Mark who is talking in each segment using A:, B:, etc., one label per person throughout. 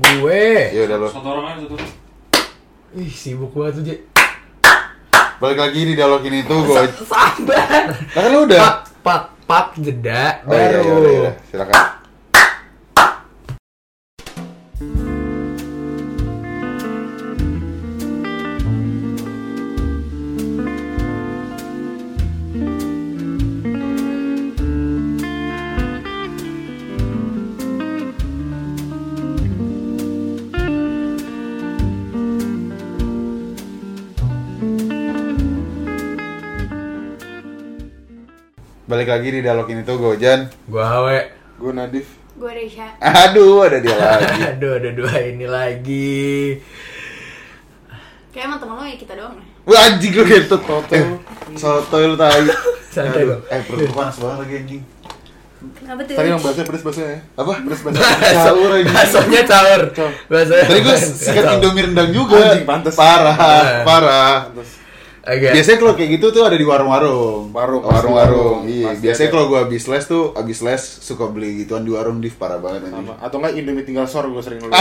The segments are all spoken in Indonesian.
A: gue.
B: Ya udah lo.
C: Satu orang aja satu orang.
A: Ih, sibuk banget tuh, J.
B: Balik lagi di dialog ini tuh gue.
A: Sa- Sabar.
B: Nah, kan udah.
A: Pak, pak, pak jeda
B: Oh iya, iya,
A: baru.
B: iya, iya. Silakan. Balik lagi di dialog ini tuh gue Jan.
A: Gua Hawe.
B: Gue Nadif.
D: Gue Reisha
B: Aduh, ada dia lagi.
A: Aduh, ada dua ini lagi.
D: Kayak emang temen lo ya kita doang ya
B: Wah anjing lu kayak itu toto. Sotoy lu tai.
A: Santai,
B: Eh,
A: Bang.
B: Aduh, Eh perut gua panas banget lagi anjing.
D: Kenapa tuh?
B: Tadi yang bahasnya pedes bahasnya ya. Apa? Pedes bahasnya.
A: Bakso-
B: Sahur anjing.
A: Baksonya caur.
B: Caur.
A: Baksonya.
B: Tadi gue
A: bakso
B: sikat
A: caur.
B: Indomie rendang juga.
E: Anjing, pantes.
B: Parah,
A: Eh.
B: parah.
A: Oke.
B: Biasanya kalau kayak gitu tuh ada di warung-warung. Oh,
E: Warung, pasti
B: warung-warung.
E: warung.
B: Iya,
E: Pasti
B: biasanya
E: ada.
B: kalau gua habis les tuh habis les suka beli gituan di warung div parah banget anjing.
E: Sama. Atau enggak Indomie tinggal sor gue sering dulu.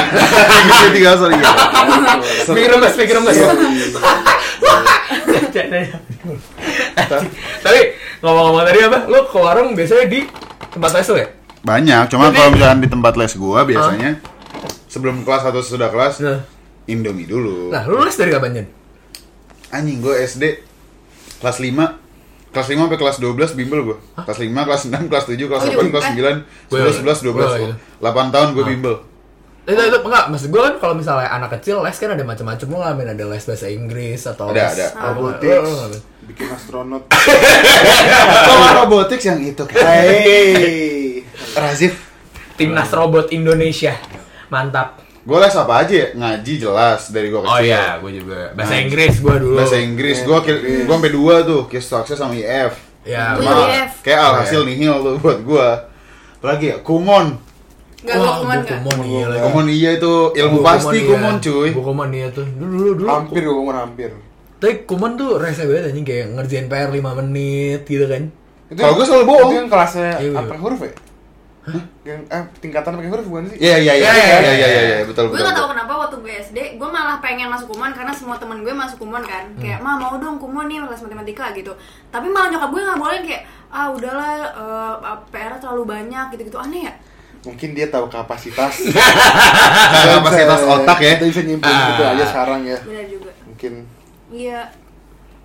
B: Gitu tinggal sorry gitu.
A: Mikir remes, mikir remes. Tapi ngomong-ngomong tadi apa? Lu ke warung biasanya di tempat les lu ya?
B: Banyak, cuma kalau misalkan di tempat les gua biasanya sebelum kelas atau sesudah kelas
A: Nah,
B: Indomie dulu.
A: nah lu les dari kapan, Jen?
B: Anjing gue SD kelas 5 kelas 5 sampai kelas 12 bimbel gue. Kelas 5, kelas 6, kelas 7, kelas
D: Oh,
B: 8,
D: iya.
B: kelas
D: Eh.
B: 9,
A: Gua
B: 11,
A: iya. Gua iya.
B: 11, 12. 8 tahun gue bimbel.
A: Itu, itu Eh, enggak, maksud gue kan kalau misalnya anak kecil les kan ada macam-macam lu ngalamin ada les bahasa Inggris atau
B: Ada,
A: les
B: ada.
A: robotik.
E: Robotics. Bikin astronot.
B: Kalau robotics yang itu kayak
E: Hey.
B: Razif.
A: Timnas robot Indonesia. Mantap.
B: Gue les apa aja ya? Ngaji jelas dari gue kecil.
A: Oh iya, gue juga. Bahasa Inggris gue dulu.
B: Bahasa Inggris gue gue sampai dua tuh, Kiss to Access sama IF.
A: Ya,
D: Gua
A: gua-
D: IF.
B: kayak alhasil nihil tuh buat gue. Lagi ya, kumon.
D: Gak gue
A: Wah,
D: kuman
A: gua
D: gak?
A: kumon iya lagi.
B: Kumon iya itu ilmu
A: Gua
B: pasti
A: iya.
B: kumon cuy.
A: Gua kumon iya tuh. Dulu dulu dulu.
E: Hampir gue mau hampir.
A: Tapi kumon tuh rese banget anjing kayak ngerjain PR 5 menit gitu kan.
E: Itu
B: Kalau
E: yang-
B: gua selalu bohong.
E: Itu yang kelasnya
A: Iya, iya.
E: apa pakai huruf ya? Yang eh tingkatan pakai huruf bukan sih?
B: Iya iya
A: Ya,
B: iya
A: ya,
B: iya
A: ya,
B: iya
A: ya.
B: iya betul
D: Gue
B: betul.
D: gak tau
B: betul.
D: kenapa waktu gue SD Gue malah pengen masuk kumon Karena semua temen gue masuk kumon kan Kayak, ma mau dong kumon nih les matematika gitu Tapi malah nyokap gue gak boleh kayak Ah udahlah eh, PR terlalu banyak gitu-gitu Aneh ya?
E: Mungkin dia tahu kapasitas.
B: Ada kapasitas otak ya.
E: Kita bisa nyimpen
A: Ah.
E: gitu aja sekarang ya.
D: Bener juga
E: Mungkin
D: Iya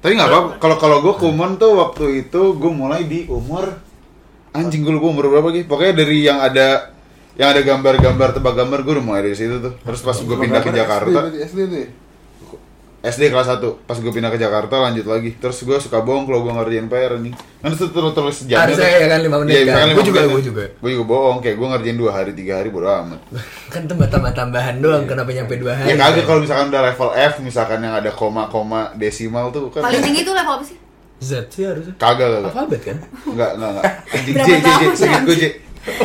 B: Tapi nggak apa. Kalau kalau gue kumon tuh waktu itu gue mulai di umur anjing gue lupa umur berapa gitu. Pokoknya dari yang ada yang ada gambar-gambar tebak gambar gue udah mulai dari situ tuh. Terus pas gue pindah ke
E: Gambar
B: Jakarta
E: SD, berarti SD tuh. ya?
B: SD kelas 1 Pas gue pindah ke Jakarta lanjut lagi Terus gue suka bohong kalau gue ngerjain PR nih Kan itu terus terus sejam
A: Harusnya ya kan, lima
B: Iya,
A: menit kan. Gua juga, gua juga.
B: Gue juga bohong Kayak gue ngerjain 2 hari 3 hari bodo amat
A: Kan tambah-tambah-tambahan doang kenapa nyampe 2 hari. kan.
B: Ya kagak kalau misalkan udah level F Misalkan yang ada koma-koma desimal tuh kan
D: Paling tinggi itu level apa sih?
A: Z sih harusnya.
B: Kagak kagak
A: Alfabet kan?
B: Enggak enggak enggak Anjing J
D: Berapa
B: J J
D: tahun,
B: Sengit gue J
D: anjing?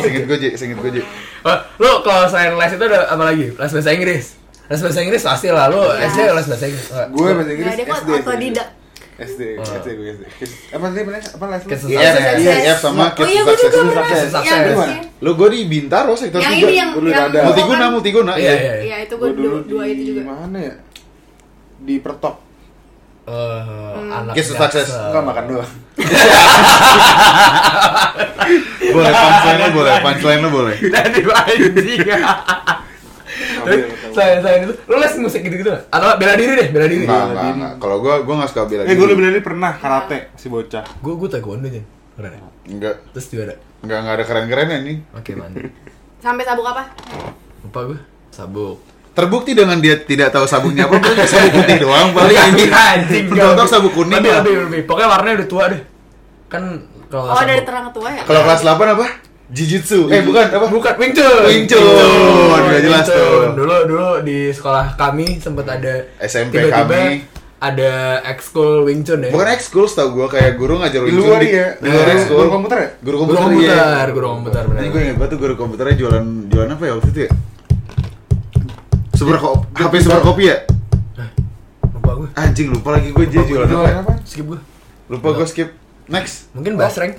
B: Sengit gue J Sengit gue J
A: Oh, lu kalau selain les itu ada apa lagi? Les bahasa Inggris. Les bahasa Inggris pasti lah lu
D: Ya.
A: SD les bahasa Inggris. Enggak.
E: Gue bahasa Inggris
D: Nggak, dia kok
E: SD. sih.
D: otodidak.
E: SD, SD gue SD. Apa tadi benar? Apa les?
A: Kes-
B: IF
A: Sukses.
B: IF iya, Eh, sama
D: Oh
B: Kids
D: iya gue
B: Sukses.
D: juga pernah
E: Sukses.
D: Yang
A: Sukses.
D: bersih.
B: Lu gue di Bintaro sektor
D: Yang
B: 3
D: ini ya? yang
E: dulu
D: yang
E: ada.
D: bohongan.
B: Multiguna multiguna
A: Iya,
B: ya
A: iya.
D: Iya itu gue
E: Gue dulu
D: dua itu
E: di
D: juga
E: mana ya? Di Pertok.
A: Eh, anak
B: Kiss to
A: jaksa.
B: Success.
E: Enggak makan doang.
B: Boleh punchline lu boleh Punchline lu boleh
A: Tadi anjing. Tapi saya saya itu lu les musik gitu-gitu nggak? Atau bela diri deh, bela diri.
B: Enggak, enggak, enggak. Kalau gua gua enggak suka bela
E: Eh gue lebih dari pernah karate si bocah.
A: Gue gue taekwondo aja. Keren. ya?
B: Enggak,
A: Terus juara.
B: enggak, enggak ada keren-kerennya nih.
A: Oke, mantap.
D: Sampai sabuk apa?
A: Lupa gue sabuk.
B: Terbukti dengan dia tidak tahu sabunnya apa, pakai sabun putih doang paling Iya, anjing. Pentotok sabun kuning.
A: Lebih,
B: lah.
A: lebih, lebih. Pokoknya warnanya udah tua deh. Kan kalau
D: Oh dari
A: sabuk-
D: terang ke tua ya?
B: Kalau kelas 8 apa? Jujutsu. Eh bukan apa?
A: Bukan Wing Chun.
B: Wing Chun. Udah jelas
A: Wing Chun.
B: tuh.
A: Dulu dulu di sekolah kami sempet ada
B: SMP kami.
A: ada ekskul Wing Chun ya.
B: Bukan ekskul tau gua kayak guru ngajar
E: Di
B: Wing Chun
E: luar ya.
B: Di luar
E: Eh,
B: ekskul.
E: guru komputer ya?
B: Guru
A: guru
B: komputer. iya.
A: komputer, guru komputer benar.
B: Ini gue ingat banget tuh guru komputernya jualan jualan apa ya waktu itu ya? Super ko- HP super kopi ya?
A: Lupa gue.
B: Anjing lupa lagi gue dia jualan apa. ya?
E: apa?
A: Skip gue.
B: Lupa gue skip. Next.
A: Mungkin bahas rank.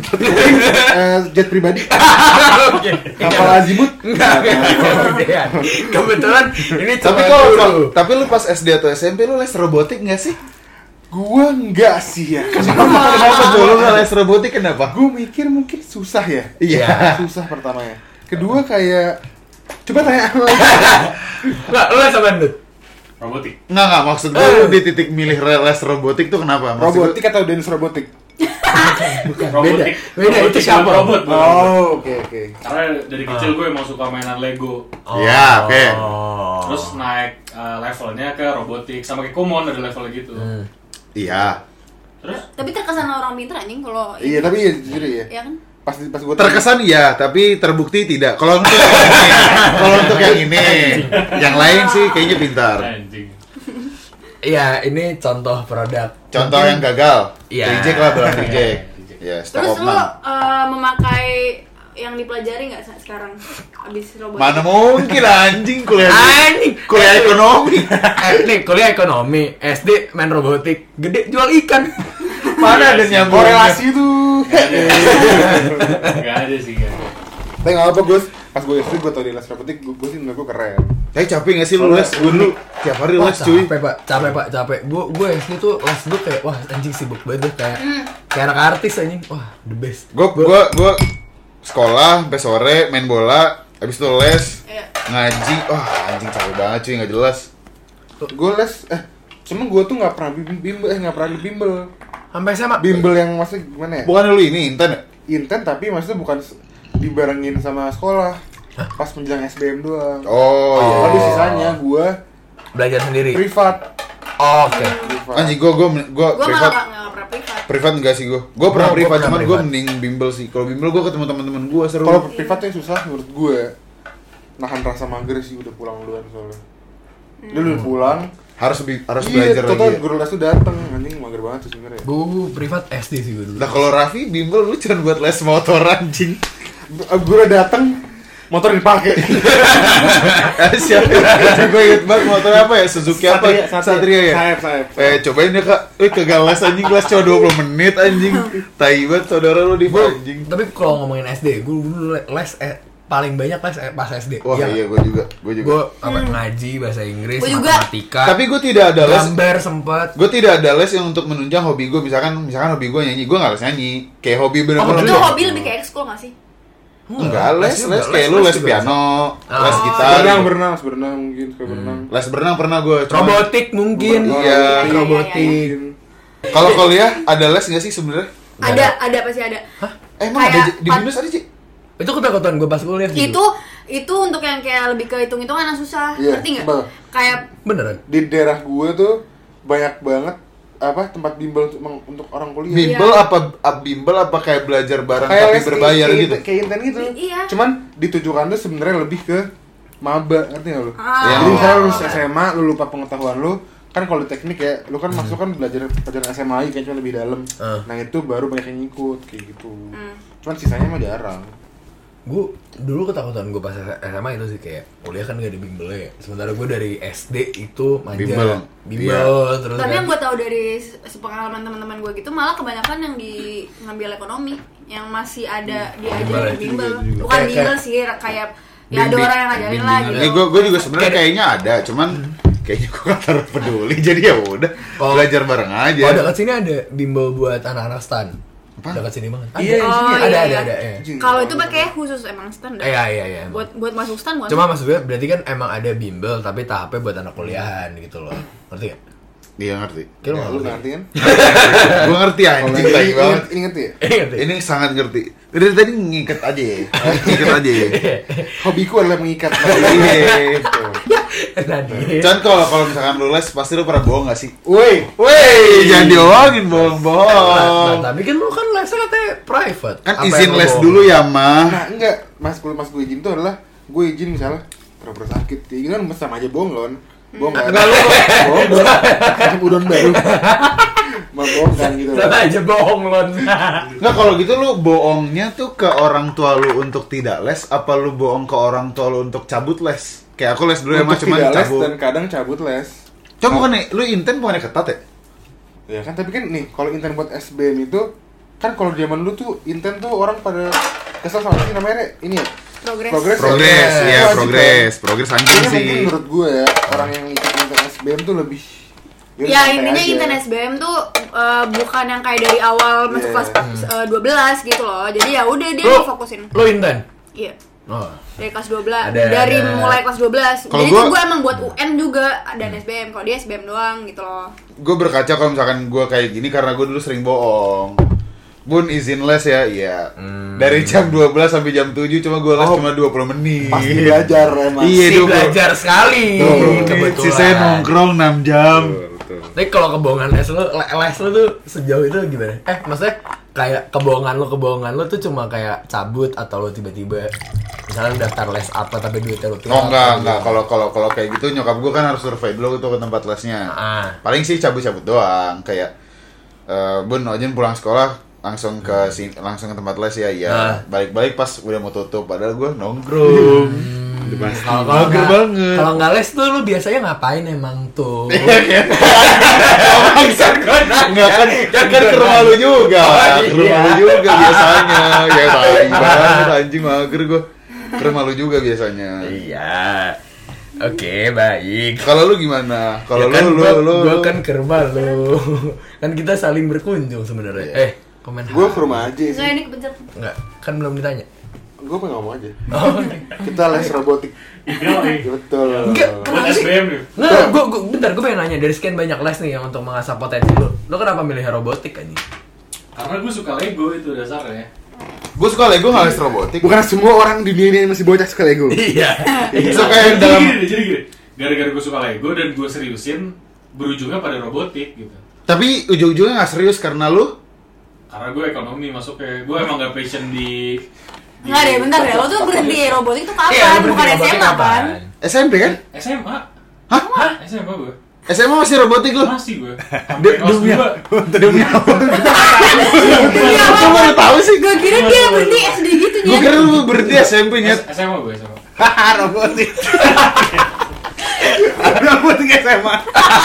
E: Eh, jet pribadi
A: Oke.
E: kapal azimut
A: Enggak, enggak. Kebetulan ini
B: Tapi
A: cuma
B: kalau
A: dulu.
B: tapi lu pas SD atau SMP lu les robotik nggak sih?
E: gua enggak sih ya
B: Kenapa tuh lu nggak les robotik kenapa?
E: gua mikir mungkin susah ya
B: Iya.
E: susah pertamanya kedua kayak coba tanya
A: Enggak, lu les apaan, Dut?
C: robotik
B: Nggak nggak maksud gue lu di titik milih re- les robotik tuh kenapa? Maksud gua-
E: robotik atau dance robotik
A: Beda,
C: robotik
A: beda, itu
C: robotik,
A: siapa? Ah.
C: bukan robot bukan robot.
E: oh oke oke
C: karena dari kecil gue emang suka mainan Lego
B: Ya, oke.
A: Oh.
C: terus naik eh, levelnya ke robotik sama kayak Kumon ada levelnya gitu
A: Hmm.
B: Iya.
C: terus
D: Tapi terkesan orang pinter anjing kalau
E: iya tapi ya jujur ya
D: ya kan?
E: pas pas gua
B: Terkesan iya, tapi terbukti tidak. Kalau untuk yang ini, kalau untuk yang ini, yang lain sih kayaknya pintar.
C: anjing
A: Iya, ini contoh produk.
B: Contoh yang gagal,
A: Iya.
B: reject lah bilang
C: Iya,
B: reject.
C: reject.
B: Ya,
D: Terus
B: stop
D: lu
B: man.
D: eh, memakai yang dipelajari nggak sa- sekarang abis robotik?
B: Mana mungkin anjing kuliah
A: Anjing.
B: kuliah ekonomi.
A: Eh, nih kuliah ekonomi, SD main robotik, gede jual ikan.
B: Mana ada
E: tanya.
B: nyambung?
E: korelasi tuh
C: nggak ada sih nggak ada.
E: tapi nggak apa gus pas gua SD gua tau di les robotik gua, gua sih menurut gua keren
B: Tapi capek gak sih lu les? Gue dulu tiap hari
A: Wah,
B: les
E: ah.
B: cuy.
A: capek pak, capek pak, capek. Gue gue SD tuh les gue kayak wah anjing sibuk banget deh kayak kayak anak artis anjing. Wah the best.
B: Gue gue gue sekolah sampai sore main bola, habis itu les
D: Iya.
B: ngaji. Wah anjing capek banget cuy nggak jelas.
E: gua les eh cuman gua tuh nggak pernah bim- bimbel eh nggak pernah bimbel
A: Sampai sama.
E: bimbel yang maksudnya gimana ya
B: Bukan lu ini intan ya?
E: intent tapi maksudnya bukan s- dibarengin sama sekolah pas menjelang SBM doang
B: Oh, iya.
E: Lalu sisanya gue
A: Belajar sendiri.
E: privat.
A: Oke.
E: privat.
B: Anjing gue gue gue
D: Gue malah
B: privat
D: nggak nggak pernah privat.
B: privat enggak sih gue gue pernah
A: Gua- gua
B: privat
A: pernah
B: cuman gue
A: privat.
B: mending bimbel sih kalau bimbel gue ketemu teman-teman gue seru
E: Kalau privat tuh yang susah menurut gue nahan rasa mager sih udah pulang duluan soalnya. Dia udah pulang.
B: harus bi- harus
E: iya,
B: Hmm. belajar
E: total
B: lagi ya.
E: guru les tuh dateng anjing mager banget sih sebenarnya.
A: Gue privat SD sih gue dulu.
B: Nah kalau Raffi bimbel lu cuma buat les motor anjing
E: B- eh, Guru dateng motor dipakai.
B: Eh, Siapa? Gue inget banget motor apa ya? Suzuki apa?
E: Satria, Satria.
B: ya?
E: Sayap, sayap.
B: Eh cobain ya kak, eh kagak les anjing, les cuma 20 menit anjing Tai banget saudara lu di anjing
A: Tapi kalau ngomongin SD, gue dulu le- les eh, paling banyak les eh, pas SD.
B: Wah iya gue juga, gue juga
A: Gue apa ngaji bahasa Inggris,
D: Gua juga.
A: matematika.
B: Tapi gue tidak ada les
A: gambar sempet.
B: Gue tidak ada les yang untuk menunjang hobi gue Misalkan misalkan hobi gue nyanyi, gue gak les nyanyi Kayak hobi
A: Oh,
B: bener-bener
D: Itu
A: Enggak.
D: hobi lebih kayak ekskul nggak sih?
B: Enggak, les,
A: juga,
B: les kayak lu les
A: juga.
B: piano,
A: Ah.
B: les gitar
E: Berenang, berenang, berenang mungkin suka berenang.
B: Les berenang pernah gue
A: Robotik mungkin.
B: Iya.
A: Robotik.
E: Mungkin.
B: Kalau kuliah ada les gak sih sebenarnya?
D: Ada, ada pasti ada.
B: Eh, emang ada
D: Kayak
B: Ji? di
D: pat-
B: Binus ada sih?
A: Itu ketakutan gue pas kuliah sih
D: Itu
A: dulu.
D: itu untuk yang kayak lebih ke hitung-hitungan yang susah.
E: Iya,
D: Ngerti nggak?
E: betul.
D: Kayak
A: beneran.
E: Di daerah gue tuh banyak banget apa tempat bimbel untuk, untuk orang kuliah.
B: Bimbel apa ab- bimbel apa kayak belajar bareng
E: kayak
B: tapi
E: les
B: berbayar
E: kayak,
B: gitu?
E: kayak- kayak inten gitu
D: Iya.
E: cuman ditujukan tuh sebenarnya lebih ke maba ngerti nggak lu
D: Ah.
B: Iya.
E: jadi misalnya lulus SMA lu lupa pengetahuan lu kan kalau di teknik ya lu kan masuk kan belajar pelajaran SMA lagi kan cuma lebih dalam
A: Ah.
E: nah itu baru banyak yang ngikut kayak gitu
D: Hmm.
E: cuman sisanya mah jarang
A: Gue dulu ketakutan gue pas SMA itu sih kayak kuliah kan gak ada bimbel ya. Sementara gue dari SD itu manja
B: Bimbel. Iya.
A: bimbel terus
D: tapi
A: kan.
D: yang gue tahu dari se- sepengalaman teman-teman gue gitu malah kebanyakan yang di ngambil ekonomi yang masih ada diajarin
A: Bimbel ya,
D: bimbel
E: juga, juga.
D: bukan
A: Kayak-
D: bimbel
A: kayak-
D: sih kayak ya ada
A: Bimbing-
D: orang yang ngajarin lah
A: bimbingan.
D: gitu
B: Ya gue gue juga sebenarnya kayaknya ada, cuman kayaknya gue gak terlalu peduli jadi ya udah
A: Oh.
B: belajar bareng aja.
A: Oh, dekat sini ada bimbel buat anak-anak stan. Dekat sini banget. Ada.
E: Iya, di sini
A: Eh, ada,
D: ada.
A: ada,
D: iya.
A: ada, ada. ya.
D: kalau itu pakai khusus emang stand
A: Iya, iya, iya. emang.
D: buat buat masuk stand bukan
A: Cuma maksud gue berarti kan emang ada bimbel tapi tahapnya buat anak kuliahan gitu loh. Ngerti gak?
B: Iya ngerti.
A: Kayak lo
E: ya, lu
A: nggak ngerti.
E: ngerti kan
B: gue ngerti
E: Kalau
B: anjing tai
E: ini-
B: banget.
E: ini Oh, ngerti ya
A: Eh, ngerti.
B: Ini sangat ngerti. Dari tadi ngikat aja ya. Ngikat aja ya.
E: hobiku adalah mengikat
B: Iya.
A: Tadi.
B: Chan kalau kalau misalkan lu les pasti lu pernah bohong gak sih?
E: woi
B: Woi, jangan diomongin
A: Nah,
B: bohong-bohong.
A: tapi kan lu kan lesnya katanya private.
B: Kan
A: Apa yang
B: izin
A: lu
B: les
A: bohong?
B: dulu ya, Ma.
E: nah enggak mas kalau mas gue izin tuh adalah gue izin misalnya pura-pura sakit kayak gitu kan mas sama aja bohong lon bohong
B: Hmm.
E: kan
B: Enggak, lu-
E: bohong dong Macam udon baru mau bohong kan gitu
A: Sama aja bohong lon.
B: Nggak kalau gitu lu bohongnya tuh ke orang tua lu untuk tidak les apa lu bohong ke orang tua lu untuk cabut les? Kayak aku les dulu ya, Ma,
E: untuk
B: cuman
E: tidak les
B: cabut.
E: dan kadang cabut les
B: Coba kan nih, lu inten bukannya ketat ya?
E: Ya kan, tapi kan nih, kalau intern buat SBM itu kan kalau zaman dulu tuh intern tuh orang pada kesel sama sih namanya ini ya.
D: Progress.
E: Progress.
B: Progres,
E: Iya,
B: ya
E: wajib,
B: progres, progres anjing Iya
E: Kayaknya
B: sih.
E: mungkin Iya, menurut gue ya, orang yang ikut intern SBM tuh lebih
D: Ya intinya intern
E: internet
D: SBM tuh eh, bukan yang kayak dari awal masuk
E: Iya.
D: kelas eh, 12 gitu loh. Jadi ya udah dia
A: Lu-
D: fokusin.
A: Lo intern?
D: Iya.
A: Oh.
D: Dari kelas 12
A: Ada-
D: dari
A: ada.
D: mulai kelas 12.
B: Kalau
D: Jadi
B: gua-
D: tuh gue emang buat UN juga
A: Hmm.
D: dan SBM. Kalau dia SBM doang gitu loh.
B: Gue berkaca kalau misalkan gue kayak gini karena gue dulu sering bohong. Bun izin les ya, iya.
A: Hmm.
B: Dari jam 12 sampai jam 7 cuma gue les
E: Oh.
B: cuma 20 menit.
E: Pasti belajar emang.
B: Iya,
A: Si
B: 20.
A: belajar sekali.
B: 20 menit,
A: Kebetulan.
B: sisanya nongkrong 6 jam.
A: Tapi kalau kebohongan les lu, le- les lu tuh sejauh itu gimana? Eh, maksudnya kayak kebohongan lu, kebohongan lu tuh cuma kayak cabut atau lu tiba-tiba misalnya daftar les apa tapi duitnya lu
B: Oh enggak, enggak. Kalau kalau kalau kayak gitu nyokap gue kan harus survei dulu tuh ke tempat lesnya.
A: Ah.
B: Paling sih cabut-cabut doang kayak eh Bun Ojen pulang sekolah langsung ke
A: Hmm.
B: si- langsung ke tempat les ya. Iya.
A: Ah.
B: Balik-balik pas udah mau tutup padahal gue nongkrong.
A: Hmm.
B: Itu pasti.
A: Kalau kalau
B: Mager
A: nggak-
B: banget.
A: Kalau nggak les tuh lu biasanya ngapain emang tuh? iya. Oh,
B: Enggak kan, kan kan ke rumah lu juga.
A: Oh,
B: Ke rumah lu
A: iya.
B: juga biasanya. Ya tai banget anjing mager gue. Ke rumah lu juga biasanya.
A: iya. Oke, baik.
B: Kalau lu gimana? Kalau
A: Ya kan
B: lu,
A: gua,
B: lu, lu,
A: gua kan ke rumah lu. kan kita saling berkunjung sebenarnya. Eh, komen.
E: Gue ke rumah aja
D: So
E: sih.
D: ini kepencet.
A: Enggak, kan belum ditanya.
E: Gue pengen ngomong aja.
A: Oh,
C: gitu.
E: Kita les robotik.
C: Iya,
E: Betul.
A: Enggak,
C: Buat
A: kenapa sih?
C: SBM nih.
A: Nggak, gua, gua, bentar, gua pengen nanya dari sekian banyak les nih yang untuk mengasah potensi lu. Lu kenapa milih robotik anjing?
C: Karena gue suka Lego itu dasarnya.
B: Gue suka Lego nggak les robotik.
E: Bukan semua orang di dunia ini masih bocah suka Lego.
A: Iya.
B: Suka
C: Jadi
B: yang dalam.
C: gini, jadi gini. Gara-gara gue suka Lego dan gue seriusin berujungnya pada robotik gitu.
B: Tapi ujung-ujungnya nggak serius karena lu.
C: Karena gue ekonomi masuknya. Gue emang gak passion di di-
D: Enggak Nah, deh, bentar deh. Lo tuh berhenti robotik tuh kapan?
A: Iya, lu berhenti
D: Bukan
A: robotik
D: SMA kan?
A: kapan?
B: SMP kan?
C: SMA.
B: Hah?
C: SMA gue.
B: SMA masih robotik lu?
C: Masih gue. Sampai kelas
B: demi-
C: dua.
B: Demi apa?
D: Iya,
B: Lu
D: apa?
B: baru tahu sih?
D: Gua kira dia berhenti SD gitu
B: Gue
D: ya.
B: kira lu berhenti SMP nyet.
C: SMA gue SMA.
B: Hahaha, robotik.
E: Robotik SMA.
F: Gak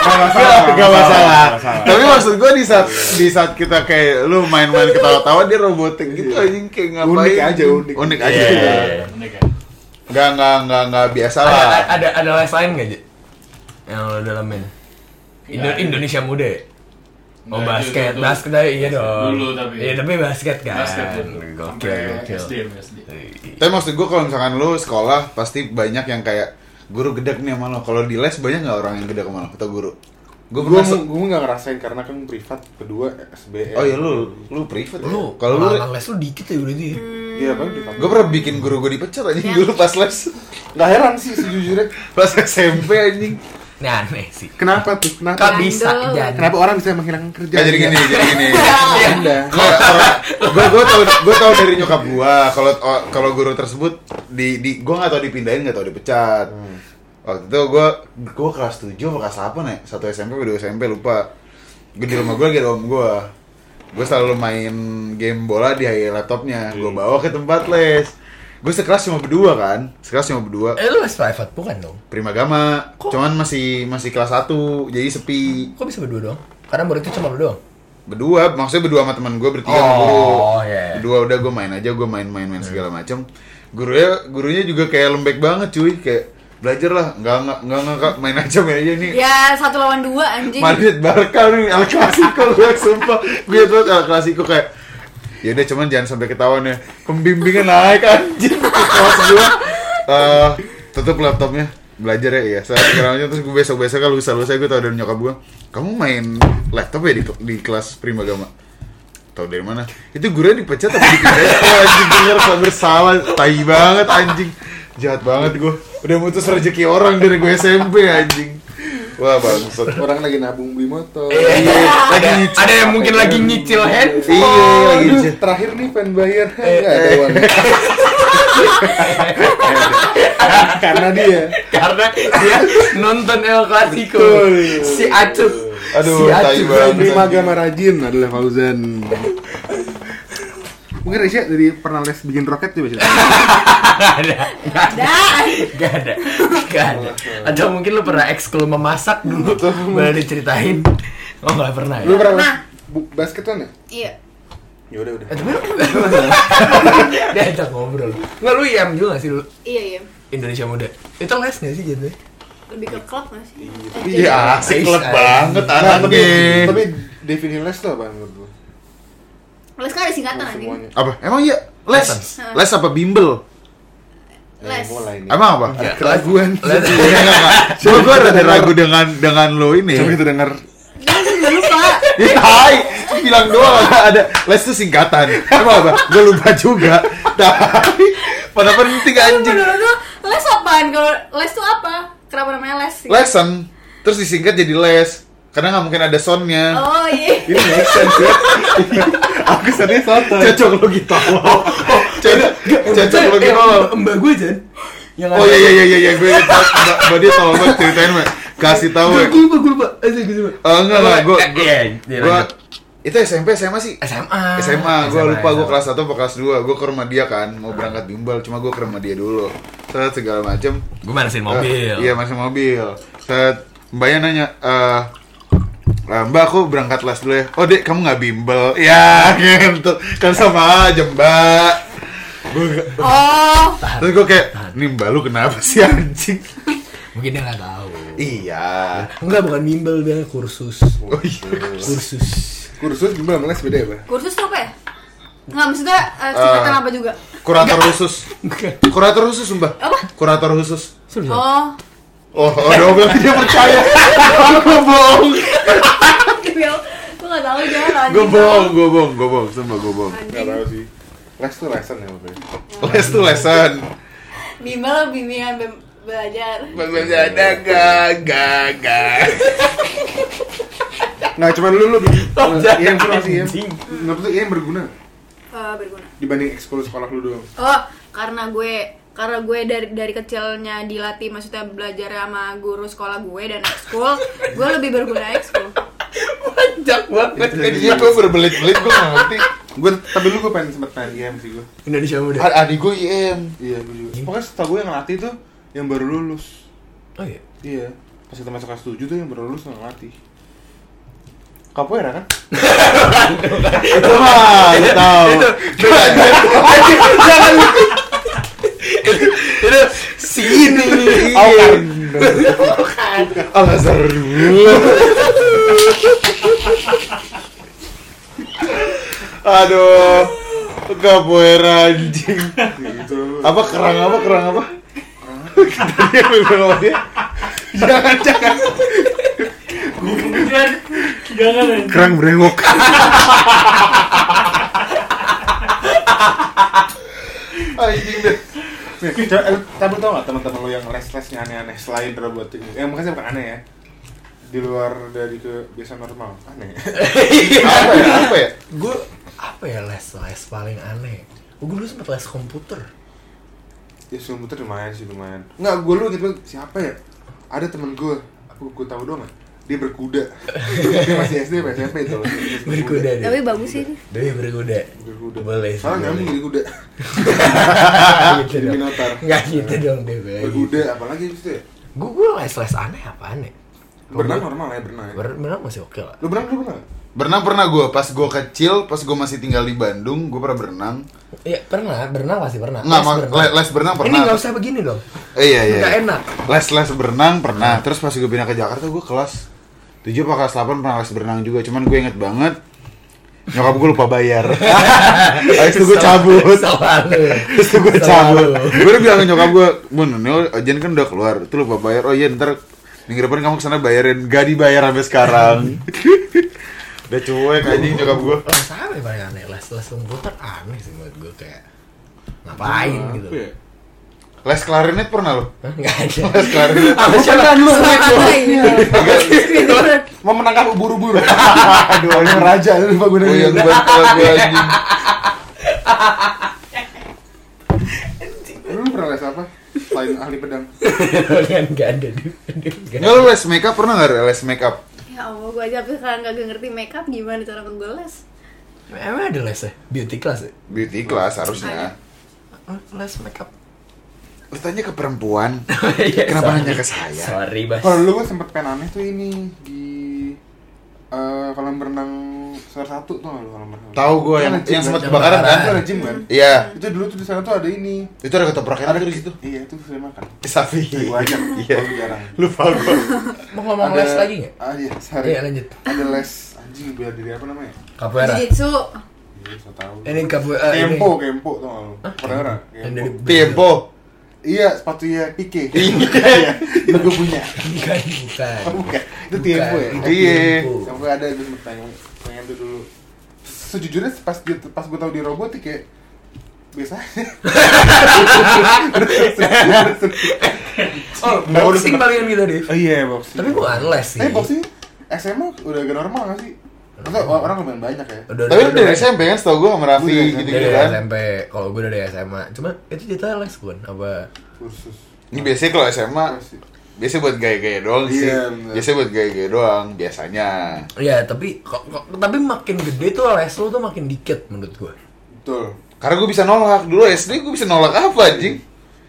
F: masalah.
B: Gak,
F: nggak nggak
B: masalah.
F: masalah.
B: Tapi maksud gue di saat di saat kita kayak lu main-main ketawa-tawa dia robotik gitu anjing kayak ngapain?
E: Unik aja, unik.
B: Unik aja.
A: Iya.
C: Unik ya.
B: Gak nggak nggak nggak biasa
A: Ada,
B: lah.
A: ada ada les lain nggak, Ji? Yang lo dalamin? Indo-
C: Iya.
A: Indonesia Muda. ya? Oh
C: Nggak,
A: basket,
C: itu- itu-
A: basket aja iya dong.
C: Dulu tapi.
A: Iya tapi basket kan.
C: Basket
A: Gokil,
C: dulu. Sampai ya,
A: gokil. Iya.
C: SD SD.
B: Tapi maksud gue kalau misalkan lu sekolah pasti banyak yang kayak guru gedek nih sama lo. Kalau di les banyak nggak orang yang gedek sama lo atau guru? Gue
E: Gue
B: pernah se-
E: gue nggak ngerasain karena kan privat kedua SBM.
B: Oh ya lu lu privat. ya?
A: Lu
B: kalau lu
A: les lu dikit ya berarti. ya?
E: Iya kan privat.
B: gue pernah bikin guru gue dipecat anjing dulu pas les
E: Gak heran sih sejujurnya.
B: pas SMP anjing.
A: Ini aneh sih.
E: Kenapa
A: Kok
E: tuh? Kenapa?
A: bisa
D: Bandel.
A: jadi?
E: Kenapa orang bisa menghilangkan kerja? Iya.
B: Kayak jadi gini, jadi gini.
E: Anda.
B: gue gue tau gue tau dari nyokap gue kalau o- kalau guru tersebut di di gue nggak tau dipindahin nggak tau dipecat waktu itu gue gue kelas 7 apa kelas apa nih satu SMP atau dua SMP lupa gue di rumah gue lagi ada om gue gue selalu main game bola di laptopnya gue bawa ke tempat les gue sekelas cuma berdua kan sekelas cuma berdua
A: Eh lu les private bukan dong?
B: Primagama,
A: Kok?
B: cuman masih masih kelas 1, jadi sepi.
A: Kok bisa berdua dong? Karena baru itu cuma lu doang.
B: Berdua, maksudnya berdua sama teman gue bertiga sama
A: Oh,
B: guru.
A: iya.
B: Berdua udah gue main aja, gue main-main-main segala macam. Gurunya gurunya juga kayak lembek banget cuy, kayak belajar lah, nggak nggak nggak nggak Kak. main aja main aja nih.
D: Ya satu lawan dua anjing.
B: Madrid Barca nih El Clasico gue sumpah gue tuh El Clasico kayak ya udah cuman jangan sampai ketahuan ya pembimbingan naik anjing ke kelas gue Eh, tutup laptopnya belajar ya iya saya sekarang aja terus gue besok besok kalau lusa lusa gue tau dari nyokap gue kamu main laptop ya di, di kelas primagama tau dari mana itu gurunya dipecat tapi dipindahin oh anjing gue ngerasa bersalah tai banget anjing jahat banget gue udah mutus rezeki orang dari gue SMP anjing wah bangsat
E: Orang lagi nabung beli motor.
A: Iya,
B: lagi
A: ada,
B: nyicil.
A: ada yang mungkin lagi nyicil handphone.
B: Iya, lagi
E: Aduh,
B: nyicil.
E: terakhir nih pengen bayar nggak ada uang karena dia
A: karena dia nonton El Clasico.
E: Betul.
A: Si Acup.
B: Aduh,
A: si
B: tai
A: Acup.
B: banget.
E: prima agama rajin adalah Fauzan Mungkin Risha dari pernah les bikin roket juga sih.
A: ada nggak ada
D: Dah.
A: nggak ada nggak ada atau mungkin lu pernah ekskul memasak dulu tuh boleh diceritain oh nggak pernah ya
E: Lu pernah
D: Nah.
E: bu- basketan ya?
D: Iya.
E: Ya udah udah.
A: Eh, tapi lu dia ajak ngobrol nggak lu IM juga nggak sih lu
D: Iya, iya.
A: Indonesia Muda itu les nggak sih jadinya
D: Lebih ke klub gak sih?
B: Iya, asik klub banget
E: Nah, tapi,
B: anaknya.
E: tapi definisi les tuh apa menurut lu?
D: Les kan ada singkatan anjing.
E: Semuanya.
B: apa? Emang iya les?
A: Lessons.
B: Les apa bimbel?
E: Eh,
D: Les.
E: mulai nih.
B: Emang apa?
E: Ada keraguan.
A: Les-
B: Iya enggak enggak. Cuma gue rada ragu dengan dengan lo ini.
E: Coba kita denger.
D: Jangan jangan lupa.
B: Ih, Hai, bilang doang ada les itu singkatan. Emang apa? Gue lupa juga. Tapi pada penting
D: Tapi
B: anjing.
D: menurut lu les apaan? Kalau les tuh apa? Kenapa namanya les? sih?
B: Lesson terus disingkat jadi les. Karena nggak mungkin ada soundnya.
D: Oh iya.
E: Ini make sense ya. Aku sadar soto.
B: Cocok lo gitu. Cocok cocok lo gitu.
A: Eh, oh, mbak gue Jan yang
B: Oh iya iya iya iya, iya gue tau. Mbak Mbak dia tolong banget ceritain mbak. Kasih iya, tahu.
A: gue
B: Mbak.
A: lupa gue lupa Asik, gue lupa
B: Oh enggak enggak gue
A: Eh, iya, iya,
B: gue
A: lanjut.
B: itu SMP SMA sih.
A: SMA
B: SMA, gue lupa gue
A: SMA.
B: kelas 1 apa kelas 2 Gue ke rumah dia kan, mau berangkat bimbel Cuma gue ke rumah dia dulu Set, segala macem
A: gue manasin mobil
B: Eh, Iya, masih mobil Set, mbaknya nanya eh "Eh, Mbak, aku berangkat les dulu ya Oh, dek, kamu nggak bimbel Ya, gitu Kan sama aja, mbak Gua-
D: Oh.
B: Terus gue kayak, nih mbak lu kenapa sih anjing?
A: mungkin dia nggak tahu
B: iya
A: enggak bukan bimbel dia kursus
B: Oh iya
A: kursus
E: Kursus gimana les beda ya, Bah?
D: Kursus tuh apa ya? Enggak maksudnya eh, singkatan
B: Eh.
D: apa juga?
B: Kurator khusus
A: Enggak.
B: Kurator khusus, mbak
D: Apa?
B: Kurator khusus
A: Serius?
D: Oh.
B: Oh, oh dia bilang dia percaya. gue bohong.
D: Gue gak tau jangan anjing.
B: Gue bohong, gue bohong, gue bohong, sumpah gue bohong.
E: Enggak
D: Anjing.
E: tahu sih. Les tuh lesson ya, Bang.
B: Les tuh lesson.
D: Bimbel bimbingan be- belajar.
B: Ada gak, gak, gak.
E: Nah, cuman lu lu
A: Oh, jangan,
E: yang berguna sih ya.
A: anjing.
E: Menurut lu yang berguna
D: Eh, berguna.
E: dibanding ekskul sekolah lu doang.
D: Oh, karena gue karena gue dari dari kecilnya dilatih maksudnya belajar sama guru sekolah gue dan ekskul, gue lebih berguna ekskul.
A: panjang banget
B: Jadi gue berbelit-belit gue gak ngerti.
E: Gue tapi lu gue pengen sempet pengen IM sih gue.
A: Indonesia muda
B: Ad- Adik gue IM.
E: Iya, gue juga. Pokoknya setahu gue yang ngelatih tuh yang baru lulus.
A: oh iya
E: Iya, pas kita masuk kelas 7 tuh yang baru lulus nggak ngelatih. Capoeira kan?
B: Itu mah, lu tau.
A: itu jangan itu Iya. si ini
B: Awan. Al-Azhar. Aduh. Capoeira anjing.
E: Gitu.
B: apa kerang apa kerang apa dia bilang sama dia jangan jangan
C: Jangan, jangan anjing.
E: Kerang brewok.
B: anjing deh
E: Nih, coba- eh, tapi tau nggak teman-teman lo yang les-lesnya aneh-aneh selain robotik? Eh, makanya bukan aneh ya. Di luar dari kebiasaan normal. Aneh.
B: apa ya apa ya
A: gue apa ya les les paling aneh gue dulu sempet les komputer
E: ya sebelum puter lumayan sih lumayan. Nggak, gue lu gitu siapa ya? Ada temen gue. Aku gue tahu doang nggak? Dia berkuda. dia masih SD, apa SMP itu.
A: berkuda deh
D: Tapi bagus sih.
A: Dewi berkuda
E: Berkuda.
A: boleh sih,
B: Ah,
E: Salah nyambung
A: boleh.
E: jadi kuda.
A: Nggak gitu
E: Jadi
A: dong.
E: minotaur.
A: nggak gitu dong deh
E: Berkuda
A: gitu.
E: apalagi itu ya?
A: gue gue les les aneh apaan ya
E: Berenang normal ya berenang. ya?
A: Ber- berenang masih oke lah
E: Lu berenang lu berenang?
B: berenang pernah gue pas gue kecil pas gue masih tinggal di Bandung gue pernah berenang
A: Iya pernah, berenang pasti pernah.
B: nggak ma-
A: berenang.
B: le- les berenang
A: Ini
B: pernah
A: nggak usah begini dong.
B: Eh, iya iya
A: Nggak enak.
B: les les berenang pernah terus pas gue pindah ke Jakarta gue kelas 7 apa kelas 8 pernah les berenang juga cuman gue inget banget nyokap gue lupa bayar habis itu gue cabut
A: Selalu.
B: Terus tuh gue
A: Selalu.
B: cabut Gue udah bilang ke nyokap gue Bun, ini Jen kan udah keluar Itu lupa bayar Oh iya ntar minggu depan kamu kesana bayarin Gak dibayar sampai sekarang Udah cuek anjing nyokap gue
A: Oh, sama ya paling aneh. Les les komputer aneh sih menurut gue kayak ngapain
B: Nah,
A: gitu.
E: Apa
B: iya.
E: ya?
B: Les klarinet pernah lo?
A: Hah? Nggak ada.
B: Les klarinet
A: Apa Ah, siapa Iya. lu?
E: Mau menangkap ubur-ubur. Aduh, ini raja lu lupa gue
B: Oh iya gue
E: nanya.
B: bantal gue anjing
E: Lu pernah les apa? Selain ahli pedang.
A: Kan nggak ada. dude. Nggak
B: Nggak
A: ada.
B: lo les makeup pernah gak les makeup?
D: Ya Allah, gue aja abis kalian kagak ngerti makeup gimana cara ngeles.
A: Emang ada lesnya? Beauty class ya?
B: Beauty class harusnya.
A: Les makeup
B: Lu tanya ke perempuan.
A: Iya,
B: Kenapa
A: sorry.
B: hanya ke saya?
A: Sorry, Bas
E: Kalau dulu gue sempet pengen aneh tuh ini di eh, kolam renang salah satu tuh nggak lu kolam renang.
B: Tahu gue yang
E: Yang
B: yang sempat
A: yang
B: kebakaran kan?
E: Itu ada gym kan?
B: Iya.
E: Itu dulu tuh di sana tuh ada ini.
B: Itu ada ketopraknya
E: Ada
B: ada di situ.
E: Iya, itu sering makan.
B: Sapi.
E: Gue ajak.
B: Iya.
E: Gua jarang.
B: Lupa gue.
A: Mau ngomong les lagi nggak?
E: Ah iya, sorry.
A: Iya lanjut
E: Ada les anjing biar diri apa namanya?
A: Capoeira
D: Jujitsu
E: Iya, so tau.
A: Ini capoeira eh, ini.
E: Kempo, kempo tuh nggak lu. Pernah nggak?
A: Yang
E: Kempo.
A: dari
B: Tempo.
E: Iya, sepatunya Pike.
B: Iya.
E: Itu gue punya.
A: Bukan, bukan
E: Oh, bukan. Itu
A: Bukan,
E: tempo ya.
A: itu
B: Iya.
A: tiempo.
E: Sampai ada gue sempet pengen pengen tuh dulu. Sejujurnya pas dia pas gue tahu di robotik ya biasa aja.
A: Oh,
B: Nggak, udah
A: boxing
B: pernah.
A: palingan gitu, Div
E: Oh iya boxing.
A: Tapi bukan les sih
E: Tapi Eh, boxing SMA udah gak normal gak sih? Atau orang lumayan banyak ya?
A: Udah,
B: Tapi lu
A: udah,
B: dari
A: udah.
B: SMP kan setahu gue sama Raffi
E: Udah,
A: Dia
B: gitu-gitu
A: dari
B: kan.
A: SMP, kalau gue dari SMA Cuma itu cerita les bukan? Apa?
E: Kursus.
B: Ini biasanya kalau SMA biasanya buat gaya-gaya doang sih.
E: Iya, bener.
B: Biasanya buat gaya-gaya doang biasanya.
A: Iya, tapi kok, kok- tapi makin gede tuh les lu tuh makin dikit menurut gue
E: Betul.
B: Karena gue bisa nolak dulu SD gue bisa nolak apa anjing?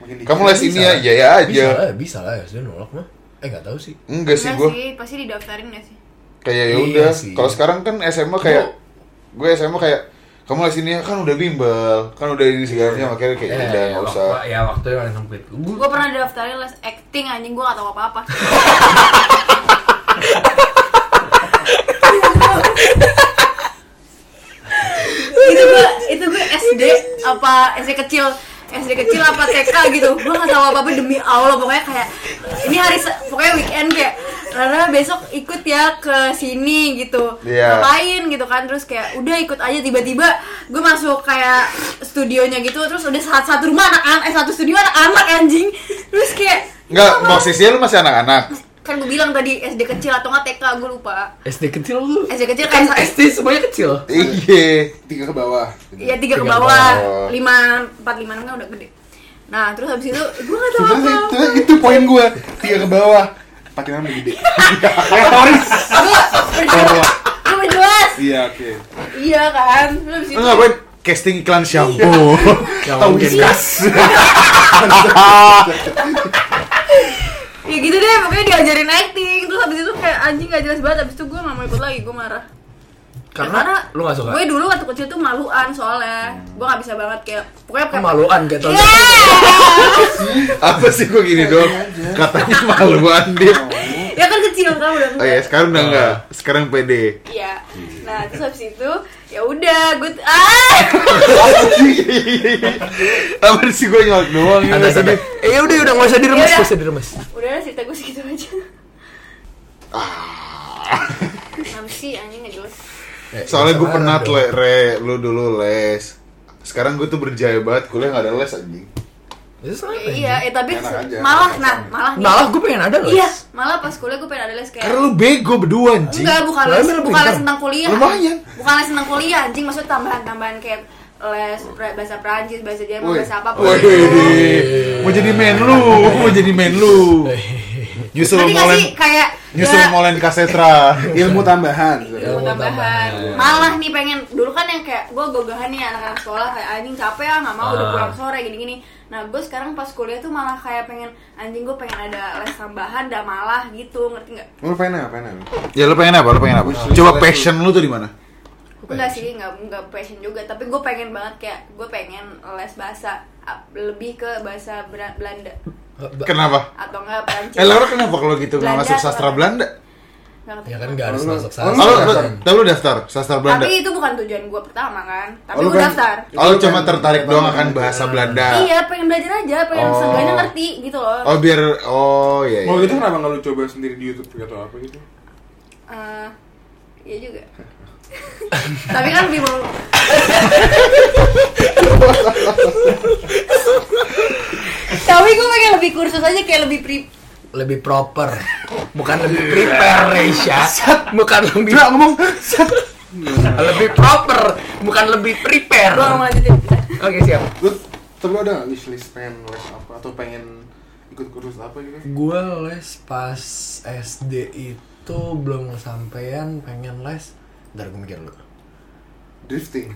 E: Makin dikit.
B: Kamu les
A: Bisa
B: ini
A: lah.
B: ya, ya ya aja.
A: Bisa lah, bisa lah ya, sudah nolak mah Eh nggak tahu sih
B: Enggak Iya sih
D: Enggak
B: gue.
D: Iya sih, pasti didaftarin gak sih?
B: Kayak ya
A: Iya
B: udah.
A: sih.
B: Kalau sekarang kan SMA kayak gue SMA kayak kamu les ini ya kan udah bimbel, kan udah ini segalanya makanya kayak ya udah nggak usah.
A: wak- Ya Eh, waktu yang sempit Gue
D: Gue pernah didaftarin les acting anjing, gue gak tau apa-apa itu gue itu gue SD apa SD kecil SD kecil apa TK gitu gue nggak tahu apa apa demi Allah pokoknya kayak ini hari se- pokoknya weekend kayak Rara besok ikut ya ke sini gitu
B: Iya.
D: ngapain gitu kan terus kayak udah ikut aja tiba-tiba gue masuk kayak studionya gitu terus udah satu, satu rumah anak-anak eh satu studio anak-anak anjing terus kayak
B: Enggak,
D: "Ini apa?"
B: posisinya lu masih anak-anak.
D: kan gue bilang tadi SD kecil atau nggak TK gue lupa
A: SD kecil lu Kan
D: SD kecil kan kayak
A: SD semuanya kecil
B: Iya.
E: Tiga ke bawah.
D: Iya tiga ke
A: Tiga ke
B: bawah.
D: bawah, lima empat lima enam kan udah gede. Nah terus habis itu gue nggak tahu apa.
E: Sebenernya sebenernya itu poin gue. Tiga ke bawah. Pakai nama gede. Kayak Horis.
D: Gue berjuang, gue berjuang.
E: Iya, oke.
D: Iya kan. Terus habis itu
B: Enggak, gue casting iklan shampoo.
A: Gak mungkin
D: Iya.
B: Ah,
D: ya gitu deh pokoknya diajarin acting terus habis itu kayak anjing gak jelas banget habis itu gue gak mau ikut lagi gue marah
A: Karena lu gak suka
D: gue dulu waktu kecil tuh maluan soalnya gue gak bisa banget kayak pokoknya kayak Iya!
A: Kemaluan kayak tau
B: apa sih gue gini dong? Katanya maluan dia.
D: ya kan kecil kan udah
B: iya. Oh ya, sekarang udah enggak. Sekarang pede.
D: Iya. Nah, terus habis itu ya udah gue ah
B: Apa sih gue nyolok doang ya?
A: Santai santai
B: sedih.
A: Eh udah udah gak usah diremes
D: Iya,
A: Gak
D: udah.
A: usah diremes Eh,
D: udah lah, cerita gue segitu aja.
B: Ah.
D: Kenapa sih anjing nggak jelas?
B: Soalnya gue penat le, re, lu dulu les. Sekarang gue tuh berjaya banget, kuliah gak ada les anjing.
D: Ya, iya, eh tapi
E: Enak aja.
D: malah nah malah nih.
A: Malah gue pengen ada les
D: Iya, malah pas kuliah gue pengen ada les
B: Karena
D: kayak
B: lu bego berdua anjing.
D: enggak bukan
A: Lah,
D: les,
A: emang lu
D: bukan les
A: pintar?
D: tentang kuliah.
B: Lumayan.
D: Bukan les tentang kuliah anjing, maksudnya tambahan-tambahan kayak les pra- bahasa Prancis, bahasa Jerman,
E: Woi.
D: bahasa apapun.
B: Wih, mau jadi men lu, mau jadi men lu. Nyusul
D: Nanti ngasih
B: molen,
D: kayak ya,
B: nyusul
D: nggak-
B: molen kasetra.
E: Ilmu tambahan.
D: ilmu tambahan malah nih pengen dulu kan yang kayak gue gogahan nih anak-anak sekolah kayak anjing capek ah nggak mau udah
A: Ah.
D: pulang sore gini-gini nah gue sekarang pas kuliah tuh malah kayak pengen anjing gue pengen ada les tambahan dah malah gitu ngerti nggak
E: Lu pengen apa? Pengen apa?
B: Ya lu pengen apa? Lu pengen apa? Coba passion lu tuh di mana?
D: enggak sih nggak nggak passion juga tapi gue pengen banget kayak gue pengen les bahasa ah, lebih ke bahasa Bra- Belanda
B: Kenapa?
D: atau enggak Perancis
B: Eh Laura kenapa kalau gitu nggak
D: Belanda
B: masuk sastra
D: apa?
B: Belanda?
D: Nggak ngerti.
A: Ya kan gak harus
E: Lu-
A: masuk kan?
E: lu-
A: sana
B: Kalau
E: Belanda.
B: tapi lu daftar sastra Belanda.
D: tapi itu bukan tujuan gue pertama kan tapi
E: Oh, lu
D: gue
E: pengen-
D: daftar
B: Oh, lu
E: Itu
B: cuma
E: kan-
B: tertarik
E: itu
B: doang
E: kan-
B: akan bahasa Belanda.
D: iya pengen belajar aja pengen
B: Oh.
D: seenggaknya ngerti gitu loh
B: Oh biar oh iya.
E: Mau
B: iya.
E: gitu kenapa nggak lu coba sendiri di YouTube atau apa gitu?
D: Eh, iya juga. Tapi kan lebih mau Tapi gue pengen lebih kursus aja kayak lebih pri
A: Lebih proper Bukan lebih prepare Reisha Bukan lebih
B: ngomong.
A: Lebih proper Bukan lebih prepare
D: Gue mau lanjutin
A: Oke siap
E: Lu tapi lu ada nggak wishlist pengen les apa atau pengen ikut kursus apa gitu?
A: Gue les pas SD itu belum sampean pengen les Ntar gue mikir dulu
E: drifting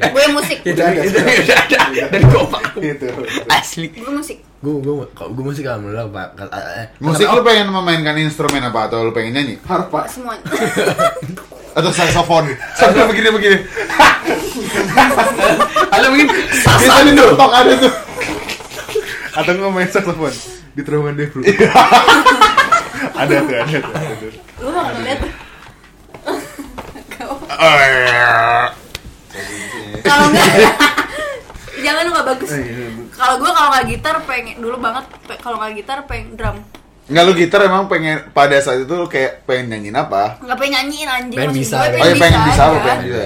D: gue musik
A: itu
E: Udah ada,
A: itu
E: sekarang.
A: udah ada dan gue vakum
E: gitu
A: asli
D: gue musik
A: gue gue gue musik alhamdulillah pak Kata- eh,
B: Musik
A: kata-
B: lu pengen memainkan instrumen apa atau lu pengen nyanyi?
E: harpa
D: semuanya
B: Atau saxophone? Sampai begini begini.
A: ada mungkin
B: Biasa
A: sasan
B: di
A: tuh
B: TikTok ada tuh.
E: atau nggak main saxophone di terowongan Devru ada tuh ada tuh, ada tuh
D: lu gak pernah liat kalau enggak jangan lu gak bagus
E: Eh, gitu.
D: kalau gue kalau nggak gitar pengen dulu banget pe- kalau nggak gitar pengen drum
B: Enggak lu gitar emang pengen pada saat itu lu kayak pengen nyanyiin apa?
D: nggak pengen nyanyiin anjing
A: Pengen
D: maksud
A: bisa,
D: gue
A: ya?
B: Oh ya pengen bisa
D: aja.
B: lu pengen bisa.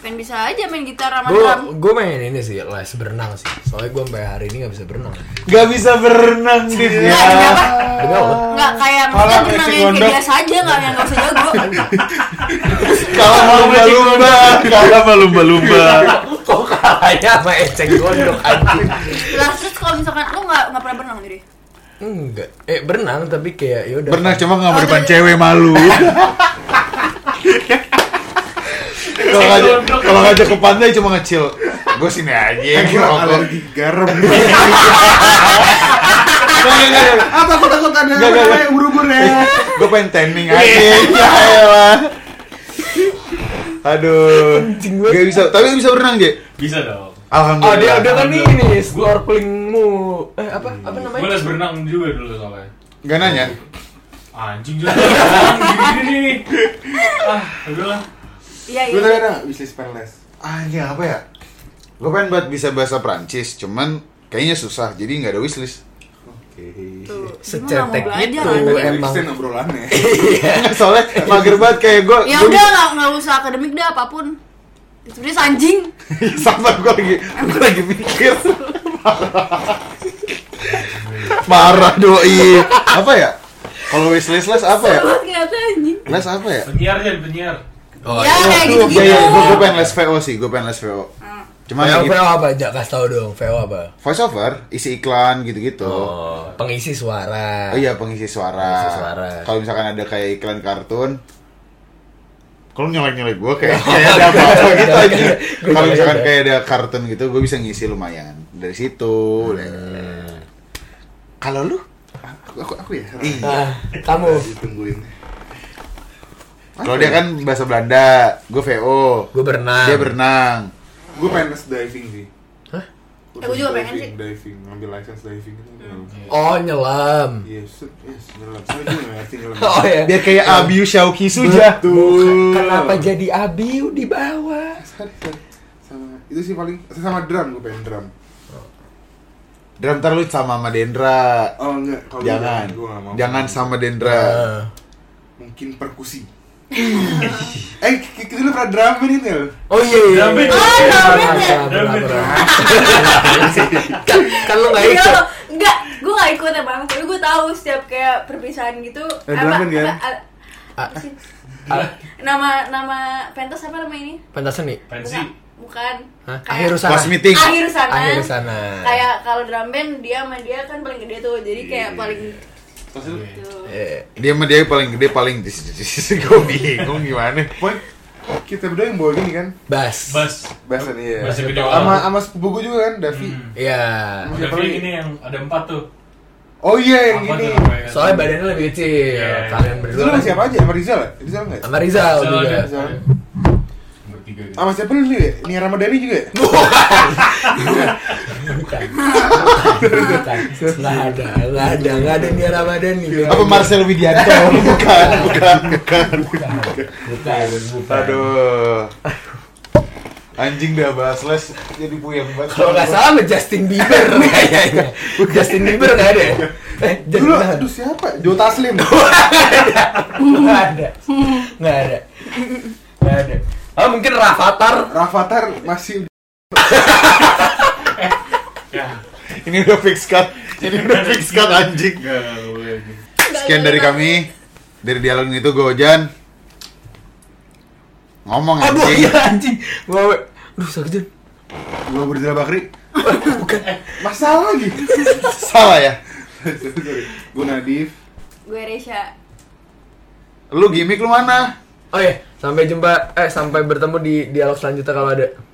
D: pengen bisa aja main gitar sama
A: gue
D: drum
A: gue main ini sih les berenang sih soalnya gue sampai hari ini nggak bisa berenang
B: Gak bisa berenang di
D: Nggak, kenapa?
A: demi Allah
D: Nggak kayak
E: Kalau
D: maksudnya berenang
E: kayak si
D: yang kayak
E: gondok.
D: biasa aja nggak yang nggak usah jago
B: Kalau mau lumba-lumba, kalau lumba-lumba.
A: kok kalahnya sama eceng gondok anjing
D: lah terus kalau misalkan lu nggak nggak pernah berenang jadi
A: enggak eh berenang tapi kayak ya yaudah
B: Berenang cuma nggak mau
D: Oh,
B: depan
D: tapi-
B: cewek malu. Kalau ngajak kalau ngajak ke pantai cuma ngecil. Gue sini aja.
E: Gue alergi garam apa aku takut
B: Nggak,
E: ada
B: nggak, nggak.
E: yang berubur ya
B: Gue pengen tanning aja.
A: Iya,
B: Ya elah. Aduh.
A: Anjing banget.
B: Gak bisa, tapi bisa berenang, Je.
C: Bisa dong.
A: Oh dia
B: Alhamdulillah.
A: udah kan ini snorkelingmu eh apa
B: Hmm.
A: apa
C: Gue
A: namanya?
C: les berenang juga dulu soalnya.
B: Gak nanya.
C: Anjing juga. Gini nih. Ah, udahlah.
D: iya iya
E: gue tadi ada wishlist pengen les
B: Anjing apa ya? Gue pengen buat bisa bahasa Prancis, cuman kayaknya susah, jadi nggak ada wishlist.
E: oke
D: tuh
A: Secara
D: Gitu. Gimana mau
A: teknik
D: belajar
A: tuh,
D: anjing?
A: emang.
E: Kristen obrolannya
B: Soalnya mager banget kayak gue.
D: ya udah nggak nggak usah akademik dah apapun sebenarnya anjing
B: Sabar gue lagi, gue lagi mikir. Marah doi. Apa ya? Kalau wishlist les apa ya?
D: banget kata anjing
B: Les apa ya?
C: Penyiar jadi penyiar.
A: Oh,
D: ya kayak gitu
B: Iya,
D: gitu
B: iya, gue gue pengen les VO sih, gue pengen les VO. Cuman
A: VO,
B: lagi
A: VO apa aja? Kasih tau dong, VO apa?
B: voice over, isi iklan gitu-gitu.
A: Oh, pengisi suara.
B: Oh iya pengisi suara.
A: Nah. Pengisi suara.
B: Kalau misalkan ada kayak iklan kartun. Kalau nyelek-nyelek gue kayak, kayak ada apa-apa gitu aja.
A: Gua
B: Kalau misalkan
A: nyelek-nyelek.
B: kayak ada kartun gitu, gue bisa ngisi lumayan dari situ.
A: Hmm.
B: Kalau lu?
E: aku aku, aku ya
A: Nah, kamu,
E: Oh, ditungguin
B: Kalau dia kan bahasa Belanda, gue VO.
A: gue berenang.
B: Dia berenang.
E: gue pengen les diving sih
A: Hah?
D: Ya, gua juga pengen
E: diving, diving, ngambil license diving itu
A: Oh nyelam.
E: Yes, yes, nyelam. Soalnya gue nggak ngerti nyelam.
A: Oh ya.
B: Iya. Dia kayak Abiu Shauki Suja.
E: Betul.
A: Kenapa jadi abiu di bawah?
E: Sorry, sorry. Sama itu sih paling sama drum gue pengen drum.
B: Drum ntar lu sama sama Dendra.
E: Oh enggak, kalau gua
B: Jangan.
E: gua nggak mau.
B: Jangan sama Dendra.
A: Nah.
E: Mungkin perkusi. eh, k- kita dulu pernah drumin itu. ya?
A: Oh iya. iya.
C: Drumbeat.
A: Iya,
D: Oh,
A: berenang,
D: drumbeat.
A: berenang, berenang,
C: Drumbeat.
A: berenang. Kan- Kan lu nggak
D: Iya,
A: ikut.
D: enggak, gue gak ikut emang, tapi gue tahu setiap kayak perpisahan gitu
E: Eh, drumin kan?
D: apa- a- apa sih?
A: Ah,
D: Nama nama pentas apa nama ini?
A: Pentas seni.
C: Pensi.
D: Bukan, bukan.
A: Hah?
D: Kayak-
A: Akhir usana.
B: Pas meeting.
D: Akhir usana.
A: Akhir usana.
D: Kayak kalau drum band dia sama dia kan paling gede tuh, jadi kayak
B: Iya.
D: paling
E: Pas itu
D: tuh.
A: Eh,
B: Dia sama dia paling gede paling dis dis dis gue bingung gimana.
E: poin kita berdua yang bawa gini kan?
A: Bas.
C: Bas.
E: Bahasan iya.
C: Bahasa video.
E: Sama sama sepupu gue juga kan, Davi.
C: Hmm.
A: Iya.
E: Siapa
C: Tapi
E: lagi?
C: ini yang ada empat tuh.
E: Oh iya yang
C: Apa
E: gini.
C: tuh namanya?
A: Soalnya badannya lebih kecil.
C: Iya.
A: Kalian
E: Itu
A: berdua. kan
E: lu sama siapa aja? Sama Rizal ya? Rizal enggak?
A: Sama Rizal kan.
C: Soalnya
A: juga.
C: ada-
E: Soalnya.
C: Bertiga gitu.
E: Sama siapa lu dulu ya? Nia Ramadhani juga ya?
A: Bukan. Bukan. Nggak ada, nggak ada, nggak ada Nia Ramadhani.
B: Apa Marcel Widianto? bukan, bukan, bukan.
A: Bukan, bukan.
B: Aduh. Anjing dah bahas les jadi puyeng banget.
A: Kalau nggak salah sama Justin Bieber kayaknya. Justin Bieber nggak ada. ya? Eh,
E: Dulu,
A: Justin
E: aduh siapa? Joe Taslim.
A: nggak ada, nggak ada, nggak ada. Oh mungkin Rafathar.
E: Rafathar masih
C: Ya.
B: Ini udah fix cut. Ini udah fix cut anjing.
C: Enggak, enggak boleh. anjing.
B: Sekian dari kami. Dari dialog itu gue Ojan. Ngomong
A: Aduh
B: anjing.
A: iya anjing. Wow. Aduh sakit. Jan.
E: Gua berdua Bakri. Bukan. Masalah lagi.
B: Salah ya.
E: Gue Nadif.
D: Gue Resha.
B: Lu gimmick lu mana?
A: Oh iya, sampai jumpa eh sampai bertemu di dialog selanjutnya kalau ada.